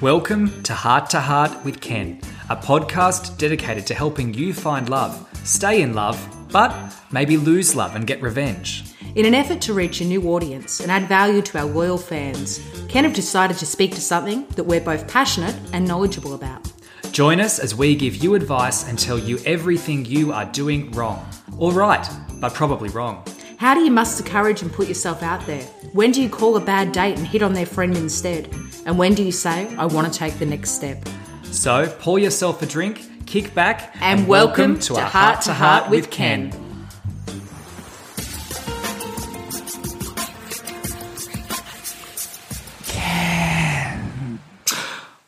Welcome to Heart to Heart with Ken, a podcast dedicated to helping you find love, stay in love, but maybe lose love and get revenge. In an effort to reach a new audience and add value to our loyal fans, Ken have decided to speak to something that we're both passionate and knowledgeable about. Join us as we give you advice and tell you everything you are doing wrong. Or right, but probably wrong. How do you muster courage and put yourself out there? When do you call a bad date and hit on their friend instead? And when do you say, I want to take the next step? So pour yourself a drink, kick back, And welcome to our Heart to Heart with Ken.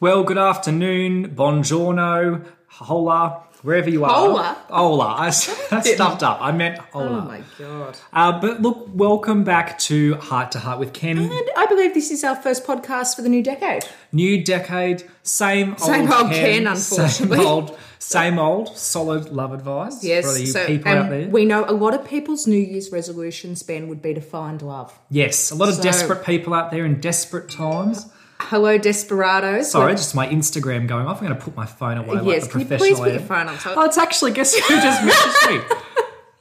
Well, good afternoon, buongiorno, hola, wherever you are. Hola? Hola. I, s- I stuffed up. I meant hola. Oh God. uh, but look, welcome back to Heart to Heart with Ken. And I believe this is our first podcast for the new decade. New decade, same old Same old Ken, unfortunately. Same old, same old, solid love advice for the um, people out there. we know a lot of people's New Year's resolution span would be to find love. yes, a lot of So- desperate people out there in desperate times. Hello, desperados. Sorry, just my Instagram going off. I'm going to put my phone away yes, like the can you professional. please put I your am. phone on? So Oh, it's actually guess who just messaged me.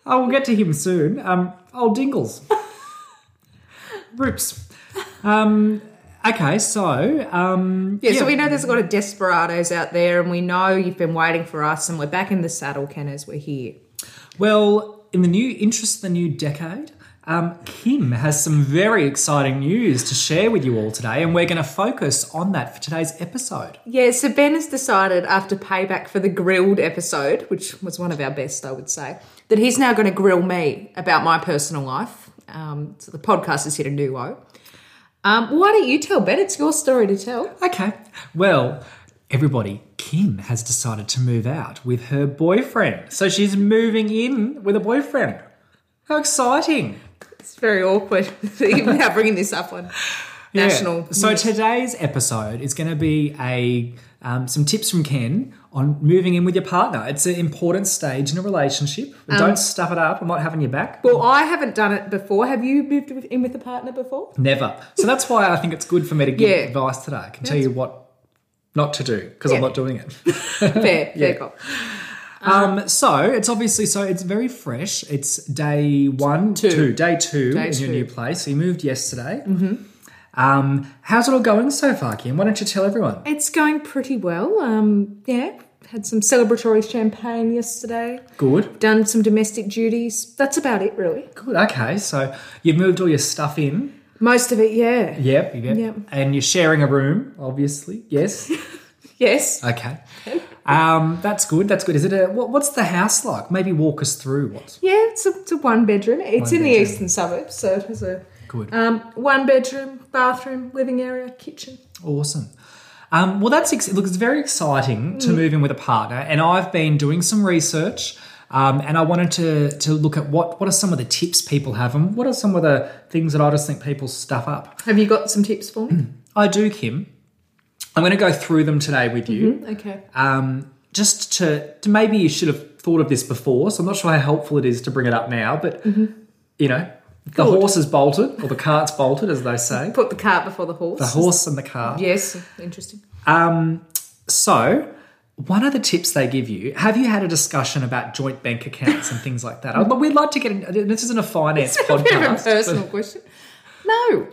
I will get to him soon. Um, old Dingles, Roops. Um, okay, so um, Yeah, so we know there's a lot of desperados out there, and we know you've been waiting for us, and we're back in the saddle, Ken, as we're here. Well, in the new interest of the new decade, um, Kim has some very exciting news to share with you all today, and we're going to focus on that for today's episode. Yeah, so Ben has decided after payback for the grilled episode, which was one of our best, I would say, that he's now going to grill me about my personal life. Um, so the podcast has hit a new low. Um, why don't you tell Ben? It's your story to tell. Okay. Well, everybody, Kim has decided to move out with her boyfriend. So she's moving in with a boyfriend. How exciting! It's very awkward even now bringing this up on Yeah. national. So today's episode is going to be a um, some tips from Ken on moving in with your partner. It's an important stage in a relationship. Don't stuff it up. I'm not having your back. Um, well, I haven't done it before. Have you moved with- in with a partner before? Never. So that's why I think it's good for me to give Yeah. advice today. I can tell you what not to do because I'm Yeah. Uh-huh. not doing it. Fair, fair cop. Um, so it's obviously so it's very fresh. It's day one, two, day two Day in your two. new place. So you moved yesterday. Mm-hmm. Um, how's it all going so far, Kim? Why don't you tell everyone? It's going pretty well. Um, yeah, had some celebratory champagne yesterday. Good, Done some domestic duties. That's about it, really. good. Okay, so you've moved all your stuff in. Most of it, yeah. Yep, yep. Yep. And you're sharing a room, obviously. Yes. Yes. Okay. Um, that's good. That's good. Is it a what, what's the house like? Maybe walk us through what's Yeah, it's a, it's a one bedroom. It's One in the bedroom. eastern suburbs, so it was a good. um, one bedroom, bathroom, living area, kitchen. Awesome. Um, well, that's ex- look. It's very exciting to move in with a partner, and I've been doing some research, um, and I wanted to to look at what what are some of the tips people have, and what are some of the things that I just think people stuff up. Have you got some tips for me? I do, Kim. I'm going to go through them today with you, okay. um, just to, to maybe you should have thought of this before. So I'm not sure how helpful it is to bring it up now, but you know, the horse is bolted or the cart's bolted, as they say. Put the cart before the horse. The horse and the cart. Yes, interesting. So, one of the tips they give you have you had a discussion about joint bank accounts and things like that? I- But we'd like to get in, this isn't a finance A bit of a podcast. personal question. No.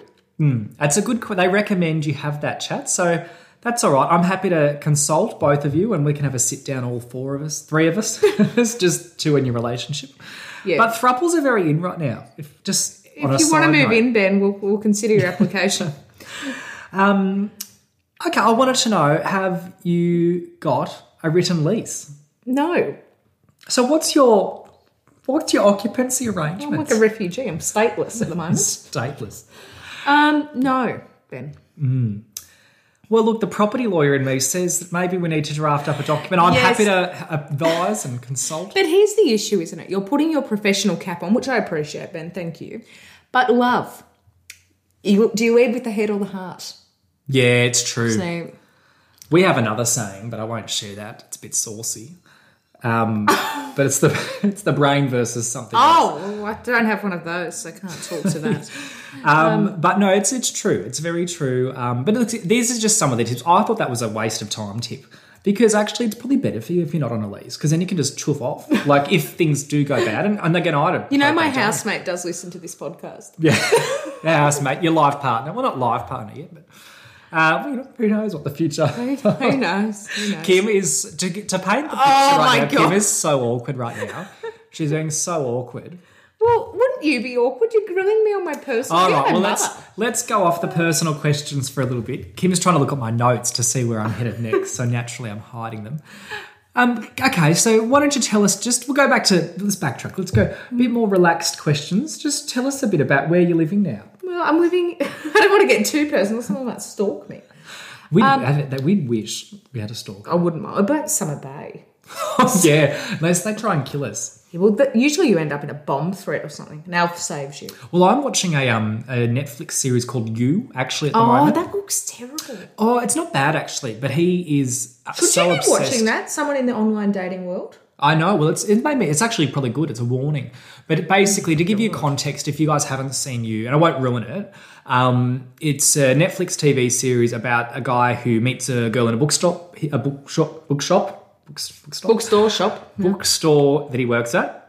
That's a good que- They recommend you have that chat. So, that's all right. I'm happy to consult both of you and we can have a sit down, all four of us, three of us. it's just two in your relationship. Yeah. But thruples are very in right now. If just on a if you want to side move note. in, Ben, we'll, we'll consider your application. Okay, I wanted to know have you got a written lease? no. So, what's your. What's your occupancy arrangement? I'm like a refugee. I'm stateless at the moment. Stateless. Um, no, Ben. Well, look, the property lawyer in me says that maybe we need to draft up a document. I'm Yes. happy to advise and consult. But here's the issue, isn't it? You're putting your professional cap on, which I appreciate, Ben. Thank you. But love, you, do you lead with the head or the heart? Yeah, it's true. So We have another saying, but I won't share that. It's a bit saucy. Um, but it's the it's the brain versus something. Um, else. Oh, well, I don't have one of those. so I can't talk to that. Um, but no, it's it's true. It's very true. Um, but look, these are just some of the tips. I thought that was a waste of time tip because actually, it's probably better for you if you're not on a lease because then you can just chuff off. like if things do go bad, and, and again, I don't. You know, take my that time. housemate does listen to this podcast. Yeah, housemate, your life partner. Well, not life partner yet, but uh, well, you know, who knows what the future. Who who knows? Who knows? Kim is to, to paint the picture Oh right my now. Kim God. is so awkward right now. She's being so awkward. Well, wouldn't you be awkward? You're grilling me on my personal. All You're right, my well mother. let's let's go off the personal questions for a little bit. Kim's trying to look at my notes to see where I'm headed next, so naturally I'm hiding them. Um, okay, so why don't you tell us? Just we'll go back to let's backtrack. Let's go a bit more relaxed questions. Just tell us a bit about where you're living now. Well, I'm living. I don't want to get too personal. Someone might stalk me. We Um, have that we'd wish we had a stalker. I wouldn't mind. But Summer Bay. yeah, unless they try and kill us. Yeah, well, that, usually you end up in a bomb threat or something. An elf saves you. Well, I'm watching a um a Netflix series called You actually at the Oh, moment. that looks terrible. oh, it's not bad actually, but he is Should so you be obsessed. watching that? Someone in the online dating world. I know. Well, it's it made me, it's actually probably good. It's a warning, but basically to give you context, if you guys haven't seen you, and I won't ruin it, um, it's a Netflix TV series about a guy who meets a girl in a bookstop, a bookshop, bookshop, books, bookstop, Bookstore shop. Hmm. bookstore that he works at.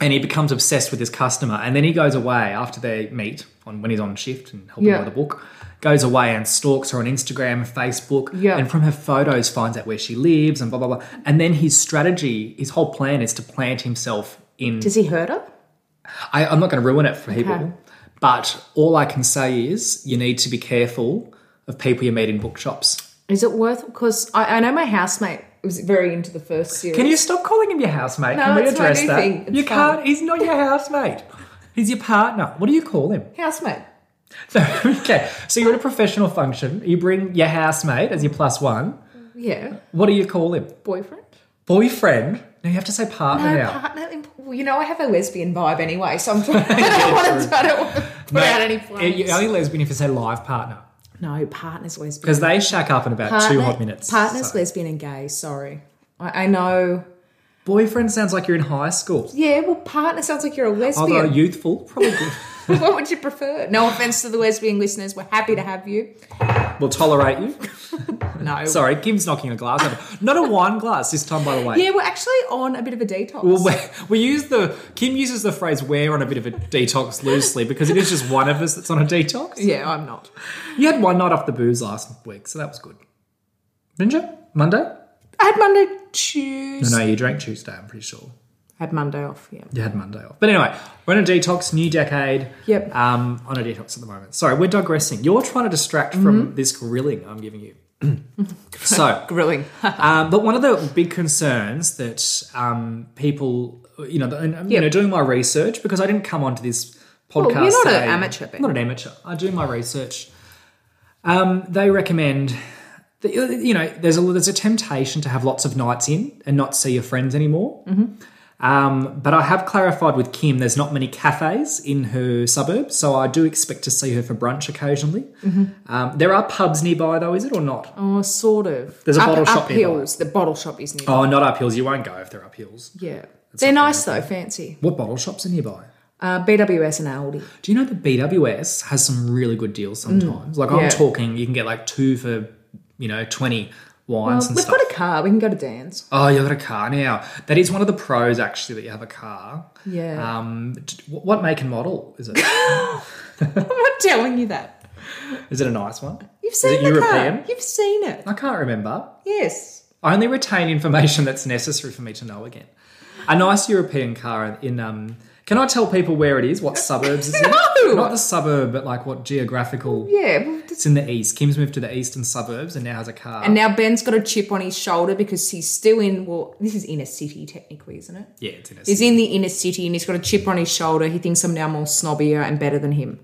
And he becomes obsessed with his customer. And then he goes away after they meet on when he's on shift and helping Yeah. her with a book. Goes away and stalks her on Instagram, Facebook, Yeah. and from her photos finds out where she lives and blah blah blah. And then his strategy, his whole plan is to plant himself in Does he hurt her? I, I'm not going to ruin it for people, but all I can say is you need to be careful of people you meet in bookshops. Is it worth? Because I, I know my housemate was very into the first series. Can you stop calling him your housemate? No, Can we it's my address new that? thing. It's you fine. can't. He's not your housemate. He's your partner. What do you call him? housemate? No, okay. So you're at a professional function. You bring your housemate as your plus one. Yeah, What do you call him? boyfriend. Boyfriend. No, you have to say partner No, now. partner. imp- Well, you know, I have a lesbian vibe anyway, so I'm trying, I don't want to. I don't want to put out any flames. You're only lesbian if you uh, say live partner no, partner's lesbian. because they shack up in about two Partner- hot minutes. Partner's So- lesbian and gay. Sorry, I, I know. Boyfriend sounds like you're in high school. Yeah, well, partner sounds like you're a Although lesbian. youthful, probably good. what would you prefer? No offense to the lesbian listeners. We're happy to have you. will tolerate you. No. Sorry, Kim's knocking a glass over. Not a wine glass this time, by the way. Yeah, we're actually on a bit of a detox. Well, we, we use the Kim uses the phrase "we're on a bit of a detox" loosely because it is just one of us that's on a detox. yeah, I'm not. You had one night off the booze last week, so that was good. Didn't you? Monday? I had Monday, Tuesday. No, no, you drank Tuesday, I'm pretty sure. I had Monday off. Yeah. You had Monday off. But anyway, we're on a detox, new decade. Yep. Um, on a detox at the moment. Sorry, we're digressing. You're trying to distract from this grilling I'm giving you. so, Grilling. um, but one of the big concerns that um, people, you know, and, you know, doing my research because I didn't come onto this podcast. you're not an saying- amateur, Ben. I'm Not an amateur. I do my research. Um, they recommend, that, you know, there's a there's a temptation to have lots of nights in and not see your friends anymore. Mm-hmm. Um, but I have clarified with Kim, there's not many cafes in her suburb, so I do expect to see her for brunch occasionally. Um, there are pubs nearby, though, is it or not? Mm-hmm. oh, sort of. There's a Up- bottle shop up nearby. hills. The bottle shop is near. Oh, not up hills. You won't go if they're up hills. Yeah. They're nice though, fancy. What bottle shops are nearby? Uh, BWS and Aldi. Do you know that BWS has some really good deals sometimes? like Mm. yeah. I'm talking, you can get like two for you know twenty Well, wines Uh, and we've stuff. got a car. We can go to Dan's. oh, you've got a car now. That is one of the pros actually that you have a car. Yeah. Um, d- wh- what make and model is it? Uh. I'm not telling you that. is it a nice one? You've seen it the European? car. You've seen it. I can't remember. Yes. I only retain information that's necessary for me to know again. A nice European car in. um can I tell people where it is? What suburbs is No! it? Not the suburb, but like what geographical. Yeah. well, It's in the east. Kim's moved to the eastern suburbs and now has a car. And now Ben's got a chip on his shoulder because he's still in, well, this is inner city technically, isn't it? yeah, it's in a He's city. in the inner city and he's got a chip on his shoulder. He thinks I'm now more snobbier and better than him.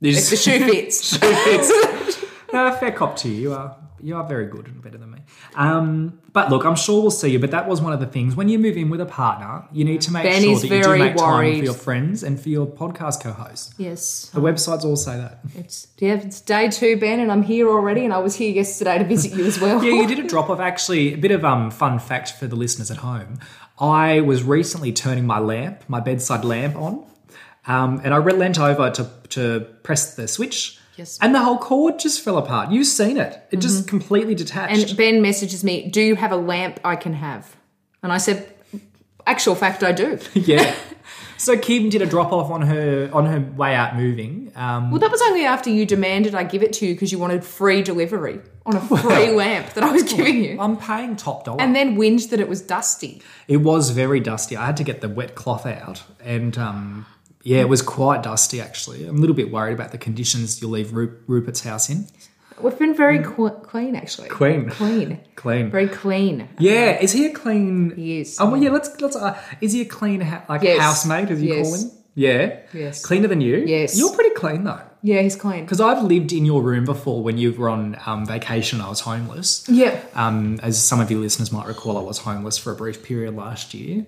There's- If the shoe fits. It's- no, fair cop to you. You are You are very good and better than me. Um, but look, I'm sure we'll see you. But that was one of the things. When you move in with a partner, you need to make Ben sure is that you do very make time worried. for your friends and for your podcast co-hosts. Yes. The websites all say that. It's yeah, it's day two, Ben, and I'm here already, and I was here yesterday to visit you as well. Yeah, you did a drop off. Actually, a bit of um fun fact for the listeners at home. I was recently turning my lamp, my bedside lamp, on, um, and I re- leant over to to press the switch. Yes. Mm-hmm. And the whole cord just fell apart. You've seen it. It just completely detached. And Ben messages me, "Do you have a lamp I can have?" And I said, "Actual fact, I do." yeah. So Kim did a drop off on her on her way out moving. Um, Well, that was only after you demanded I give it to you because you wanted free delivery on a free lamp that I was giving you. I'm paying top dollar. And then whinged that it was dusty. it was very dusty. I had to get the wet cloth out, and um, yeah, it was quite dusty actually. I'm a little bit worried about the conditions you leave Ru- Rupert's house in. We've been very qu- clean, actually. Clean, Clean. clean. Very clean. Yeah, is he a clean? He is. Oh well, yeah. Let's let's. Uh, is he a clean ha- like Yes. housemate? As you Yes. call him? Yeah. Yes. Cleaner than you. Yes. You're pretty clean though. Yeah, he's clean. Because I've lived in your room before when you were on um, vacation. I was homeless. Yeah. Um, as some of your listeners might recall, I was homeless for a brief period last year.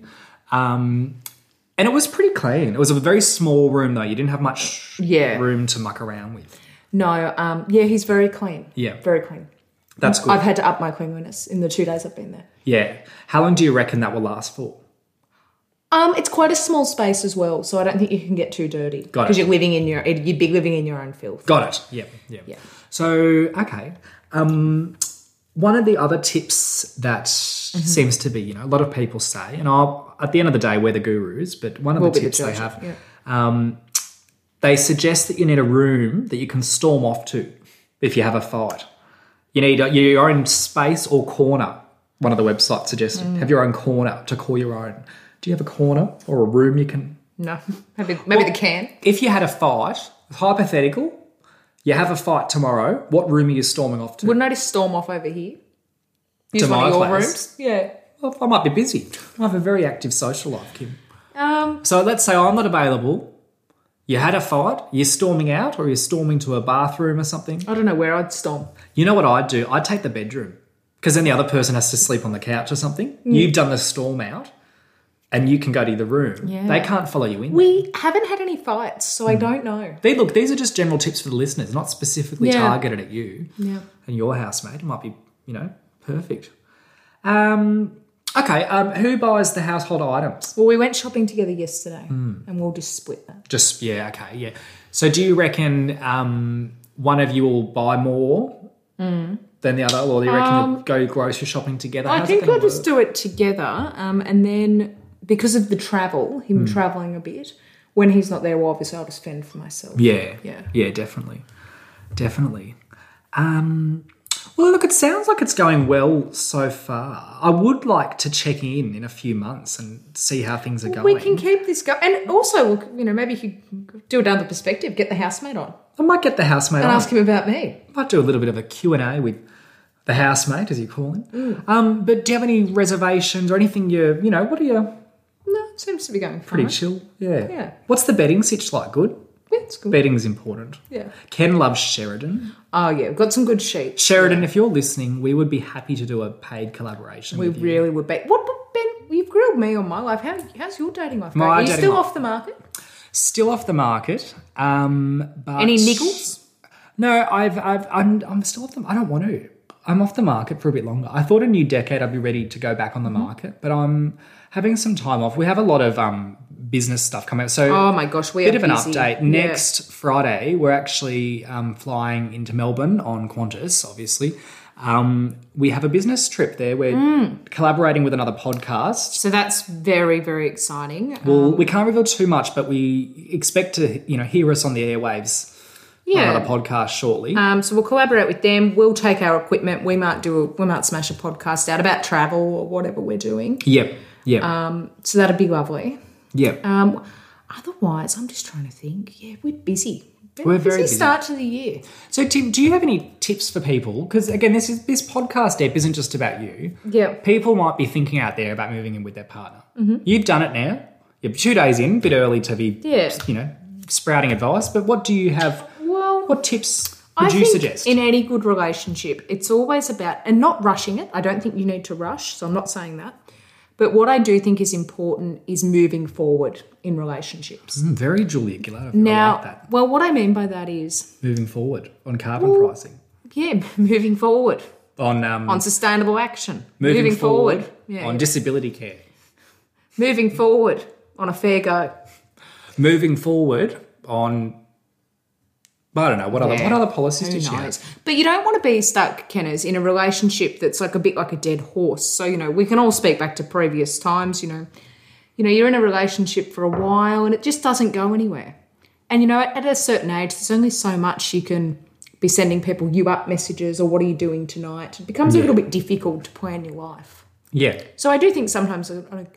Um, and it was pretty clean. It was a very small room, though. You didn't have much Yeah. room to muck around with. No, um, yeah, he's very clean. Yeah. Very clean. That's good. I've had to up my cleanliness in the two days I've been there. yeah. How long do you reckon that will last for? Um, it's quite a small space as well, so I don't think you can get too dirty. Got it. Because you're living in your, you'd be living in your own filth. Got it. Yeah. Yeah. So, okay. Um, one of the other tips that Mm-hmm. seems to be, you know, a lot of people say, and I'll, at the end of the day, we're the gurus, but one of We'll the be the tips they judge, have, yeah. um, they suggest that you need a room that you can storm off to if you have a fight. You need a, your own space or corner. One of the websites suggested Mm. have your own corner to call your own. Do you have a corner or a room you can No. Maybe, maybe the can. if you had a fight, hypothetical, you have a fight tomorrow, what room are you storming off to? Wouldn't I just storm off over here? Use To one my of your place. rooms? Yeah. Well, I might be busy. I have a very active social life, Kim. Um, So let's say I'm not available. You had a fight, you're storming out or you're storming to a bathroom or something. I don't know where I'd storm. You know what I'd do? I'd take the bedroom because then the other person has to sleep on the couch or something. You've done the storm out and you can go to the room. Yeah. They can't follow you in. We haven't had any fights, so I don't know. They- look, these are just general tips for the listeners, not specifically Yeah. targeted at you. Yeah. and your housemate. It might be, you know, perfect. Um, okay, um, who buys the household items? Well, we went shopping together yesterday, Hmm. and we'll just split that. Just, yeah, okay, yeah. So do you reckon um, one of you will buy more than the other, or do you reckon you'll go grocery shopping together? Um, I How's it think gonna we'll just work? do it together, um, and then because of the Hmm. travel, him traveling a bit, when he's not there, well, obviously I'll just fend for myself. Yeah, Yeah. yeah, definitely, definitely. Um, well, look, it sounds like it's going well so far. I would like to check in in a few months and see how things are going. We can keep this going, and also, look, you know, maybe you could do it another perspective, get the housemate on, I might get the housemate and on. ask him about me. might do a little bit of a Q&A with the housemate, as you call him. Mm. Um, but do you have any reservations or anything you, you know, what are you, No, it seems to be going pretty fine. chill? Yeah. Yeah. What's the betting sitch like? Good? Yeah, it's good. Betting's important. Yeah. Ken loves Sheridan. Oh yeah, we've got some good sheets. Sheridan, if you're listening, we would be happy to do a paid collaboration We with you. really would be. What but Ben? You've grilled me on my life. How, how's your dating life? My going? Are you dating still life- off the market? Still off the market. Um, but Any niggles? No, I've, I've, I'm, I'm still off the. I don't want to. I'm off the market for a bit longer. I thought a new decade I'd be ready to go back on Mm-hmm. the market, but I'm having some time off. We have a lot of um, business stuff coming out, so Oh my gosh, we bit are of an busy. update. Yeah. Next Friday, we're actually um, flying into Melbourne on Qantas, obviously. Um, we have a business trip there. We're Mm. collaborating with another podcast. So that's very very exciting. Well, we can't reveal too much, but we expect to, you know, hear us on the airwaves on another yeah. podcast shortly. Um, so we'll collaborate with them. We'll take our equipment. We might do. A, we might smash a podcast out about travel or whatever we're doing. yep, yep, Um, so that'd be lovely. yep. Um, otherwise, I'm just trying to think. Yeah, we're busy. We're very busy. start to the year. So, Tim, do you have any tips for people? Because again, this is this podcast app isn't just about you. Yeah. People might be thinking out there about moving in with their partner. Mm-hmm. You've done it now. You're two days in, bit early to be, Yeah. you know, sprouting advice. But what do you have? Well, What tips? Would I you think suggest? in any good relationship, it's always about and not rushing it. I don't think you need to rush, so I'm not saying that. But what I do think is important is moving forward in relationships. Mm, very Julia Gillard. I Now, like that. well, what I mean by that is, Moving forward on carbon pricing, yeah, moving forward on um, on sustainable action, moving, forward, yeah, on yeah. disability care, moving forward on a fair go. moving forward on. I don't know what other Yeah. what other policies Who did she knows? have? But you don't want to be stuck, Kenners, in a relationship that's like a bit like a dead horse. So, you know, we can all speak back to previous times, you know. You know, you're in a relationship for a while and it just doesn't go anywhere. And you know, at a certain age, there's only so much you can be sending people you up messages or what are you doing tonight. It becomes a little bit difficult to plan your life. Yeah, So I do think sometimes on a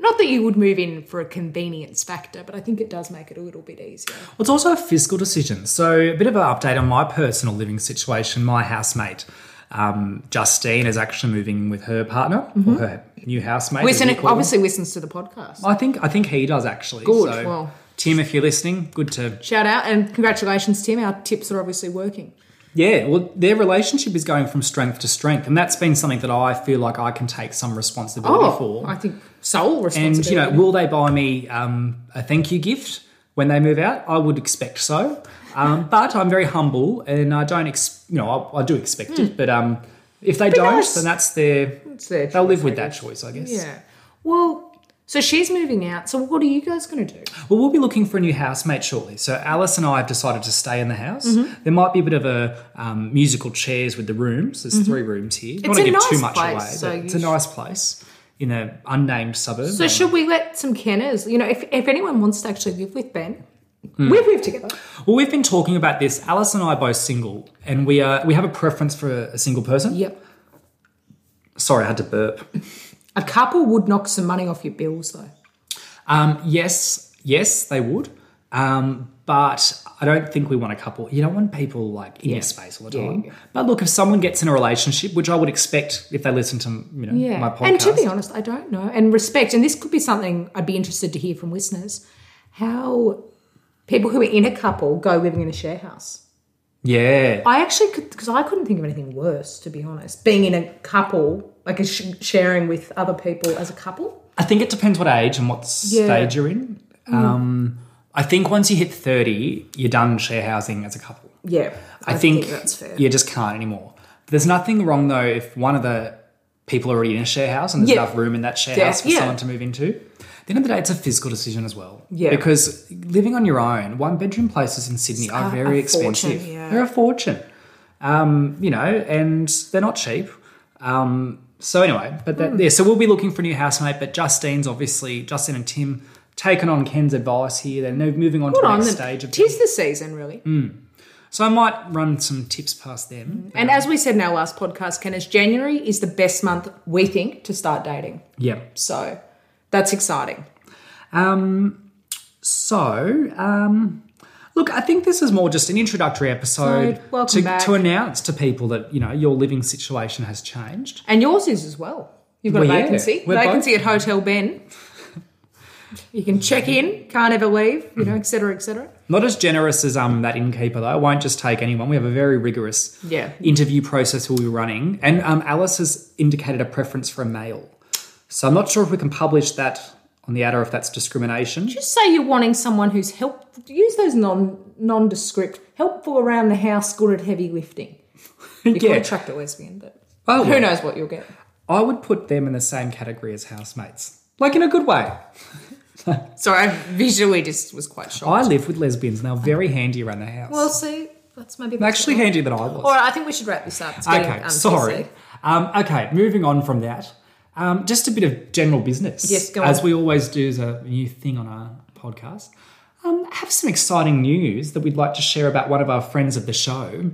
not that you would move in for a convenience factor, but I think it does make it a little bit easier. Well, it's also a fiscal decision. So, a bit of an update on my personal living situation. My housemate, um, Justine, is actually moving in with her partner or her new housemate. as Listen, we call them. Mm-hmm. obviously listens to the podcast. I think I think he does actually. Good, So, well. Tim, if you're listening, good to Shout out and congratulations, Tim. Our tips are obviously working. yeah. Well, their relationship is going from strength to strength, and that's been something that I feel like I can take some responsibility for. Oh, I think sole and responsibility. you know, will they buy me um, a thank you gift when they move out? I would expect so, um, but I'm very humble and I don't, ex- you know, I, I do expect Hmm. it. But um, if they don't, nice. then that's their. It's their They'll live choice, with I that guess. choice, I guess. Yeah. Well, so she's moving out. So what are you guys going to do? Well, we'll be looking for a new housemate shortly. So Alice and I have decided to stay in the house. Mm-hmm. There might be a bit of a um, musical chairs with the rooms. There's three rooms here. Don't Mm-hmm. It's want to give a too nice much place, away. so but you it's a should- nice place in an unnamed suburb. So should we let some kenners? You know, if, if anyone wants to actually live with Ben, Hmm. we've lived together. Well, we've been talking about this. Alice and I are both single, and we are we have a preference for a single person. Yep. Sorry, I had to burp. A couple would knock some money off your bills, though. Um, yes, yes, they would. Um, but I don't think we want a couple. You don't want people like in your space all the Yeah, time. yeah. But look, if someone gets in a relationship, which I would expect if they listen to you know Yeah. my podcast, And to be honest, I don't know. And respect, and this could be something I'd be interested to hear from listeners, how people who are in a couple go living in a share house. yeah, I actually could, because I couldn't think of anything worse, to be honest. Being in a couple, like a sh- sharing with other people as a couple. I think it depends what age and what Yeah. Mm. stage you're in. Um, I think once you hit thirty, you're done share housing as a couple. Yeah. I, think, that's fair. you just can't anymore. There's nothing wrong though if one of the people are already in a share house and there's Yeah. enough room in that share Yeah, house for yeah. someone to move into. At the end of the day, it's a physical decision as well. Yeah. Because living on your own, one bedroom places in Sydney are a- very a expensive. fortune, yeah. They're a fortune. Um, you know, and they're not cheap. Um, so anyway, but Hmm. that, yeah, so we'll be looking for a new housemate. But Justine's obviously Justine and Tim taken on Ken's advice here. They're now moving on Put to the on next the, stage of tis the season, really. Mm. so I might run some tips past them. And as we said in our last podcast, Kenneth, January is the best month, we think, to start dating. Yeah. So that's exciting. Um, so, um, look, I think this is more just an introductory episode So, welcome to, back. to announce to people that you know your living situation has changed. And yours is as well. You've got Well, a yeah. vacancy. We're vacancy at Hotel Ben. you can check in, can't ever leave, you know, et cetera, et cetera. Not as generous as um that innkeeper though. I won't just take anyone. We have a very rigorous Yeah. interview process we'll be running, and um, Alice has indicated a preference for a male. So I'm not sure if we can publish that on the ad or if that's discrimination. Just say you're wanting someone who's help. Use those non nondescript, helpful around the house, good at heavy lifting. You could Yeah. attract a lesbian, but Oh, who well. knows what you'll get. I would put them in the same category as housemates, like in a good way. Sorry, I visually just was quite shocked. I live with lesbians and they're very handy around the house. Well, see, that's maybe They're actually handier than I was. All right, I think we should wrap this up. It's getting, okay, um, sorry. busy. Um, okay, moving on from that. Um, just a bit of general business. Yes, go As on. we always do as a new thing on our podcast. Um, I have some exciting news that we'd like to share about one of our friends of the show.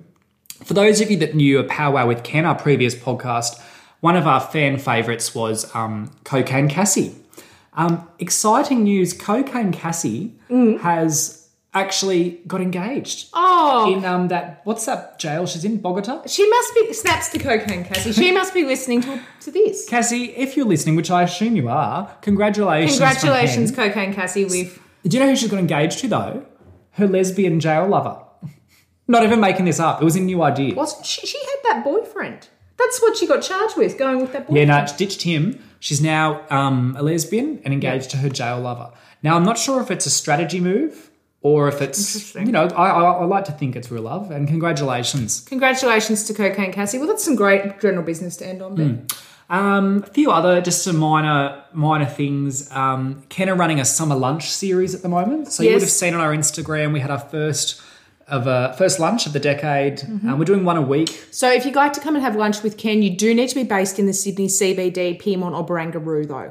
For those of you that knew a powwow with Ken, our previous podcast, one of our fan favourites was um, Cocaine Cassie. Um, exciting news Cocaine Cassie Mm. has actually got engaged Oh, in um that what's that jail she's in Bogota. She must be snaps to cocaine, Cassie. She must be listening to, to this. Cassie, if you're listening, which I assume you are, congratulations. from Congratulations, Hen. cocaine Cassie. We've Do you know who she's got engaged to though? Her lesbian jail lover. Not even making this up. It was a new idea. Wasn't she? She had that boyfriend. That's what she got charged with, going with that Yeah, boyfriend. no, it's ditched him. She's now um, a lesbian and engaged to her jail lover. Now, I'm not sure if it's a strategy move or if it's, Interesting. you know, I, I, I like to think it's real love. And congratulations. Congratulations to Cocaine Cassie. Well, that's some great general business to end on there. Hmm. Um, a few other just some minor minor things. Um, Ken are running a summer lunch series at the moment, so you would Yes. have seen on our Instagram we had our first of a first lunch of the decade. Mm-hmm. Um, we're doing one a week. So if you'd like to come and have lunch with Ken, you do need to be based in the Sydney CBD, Piedmont or Barangaroo, though.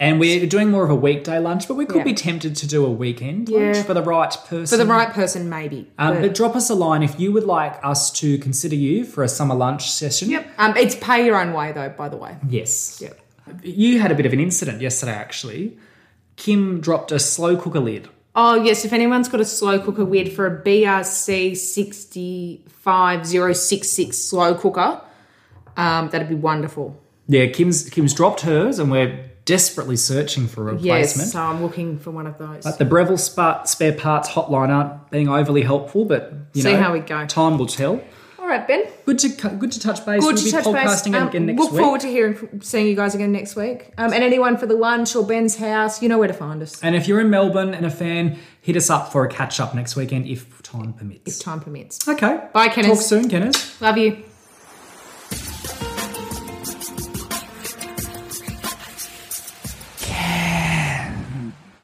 And we're doing more of a weekday lunch, but we could Yeah. be tempted to do a weekend Yeah. lunch for the right person. For the right person, maybe. Um, but- but drop us a line if you would like us to consider you for a summer lunch session. Yep. Um, it's pay your own way, though, by the Hmm. way. Yes. Yep. You had a bit of an incident yesterday, actually. Kim dropped a slow cooker lid. Oh, yes. If anyone's got a slow cooker weird for a BRC 65066 slow cooker, um, that'd be wonderful. Yeah, Kim's Kim's dropped hers, and we're desperately searching for a Yes. replacement. So I'm looking for one of those. But the Breville spa- spare parts hotline aren't being overly helpful, but you See know, how we go. Time will tell. All right, Ben. Good to cu- good to touch base. Good we'll to be touch base. podcasting Um, again next look week. forward to hearing, from- seeing you guys again next week. Um, and anyone for the lunch or Ben's house, you know where to find us and if you're in Melbourne and a fan, hit us up for a catch up next weekend if time permits. if time permits. okay. Bye, Talk Kenneth. soon, Kenneth. Love you.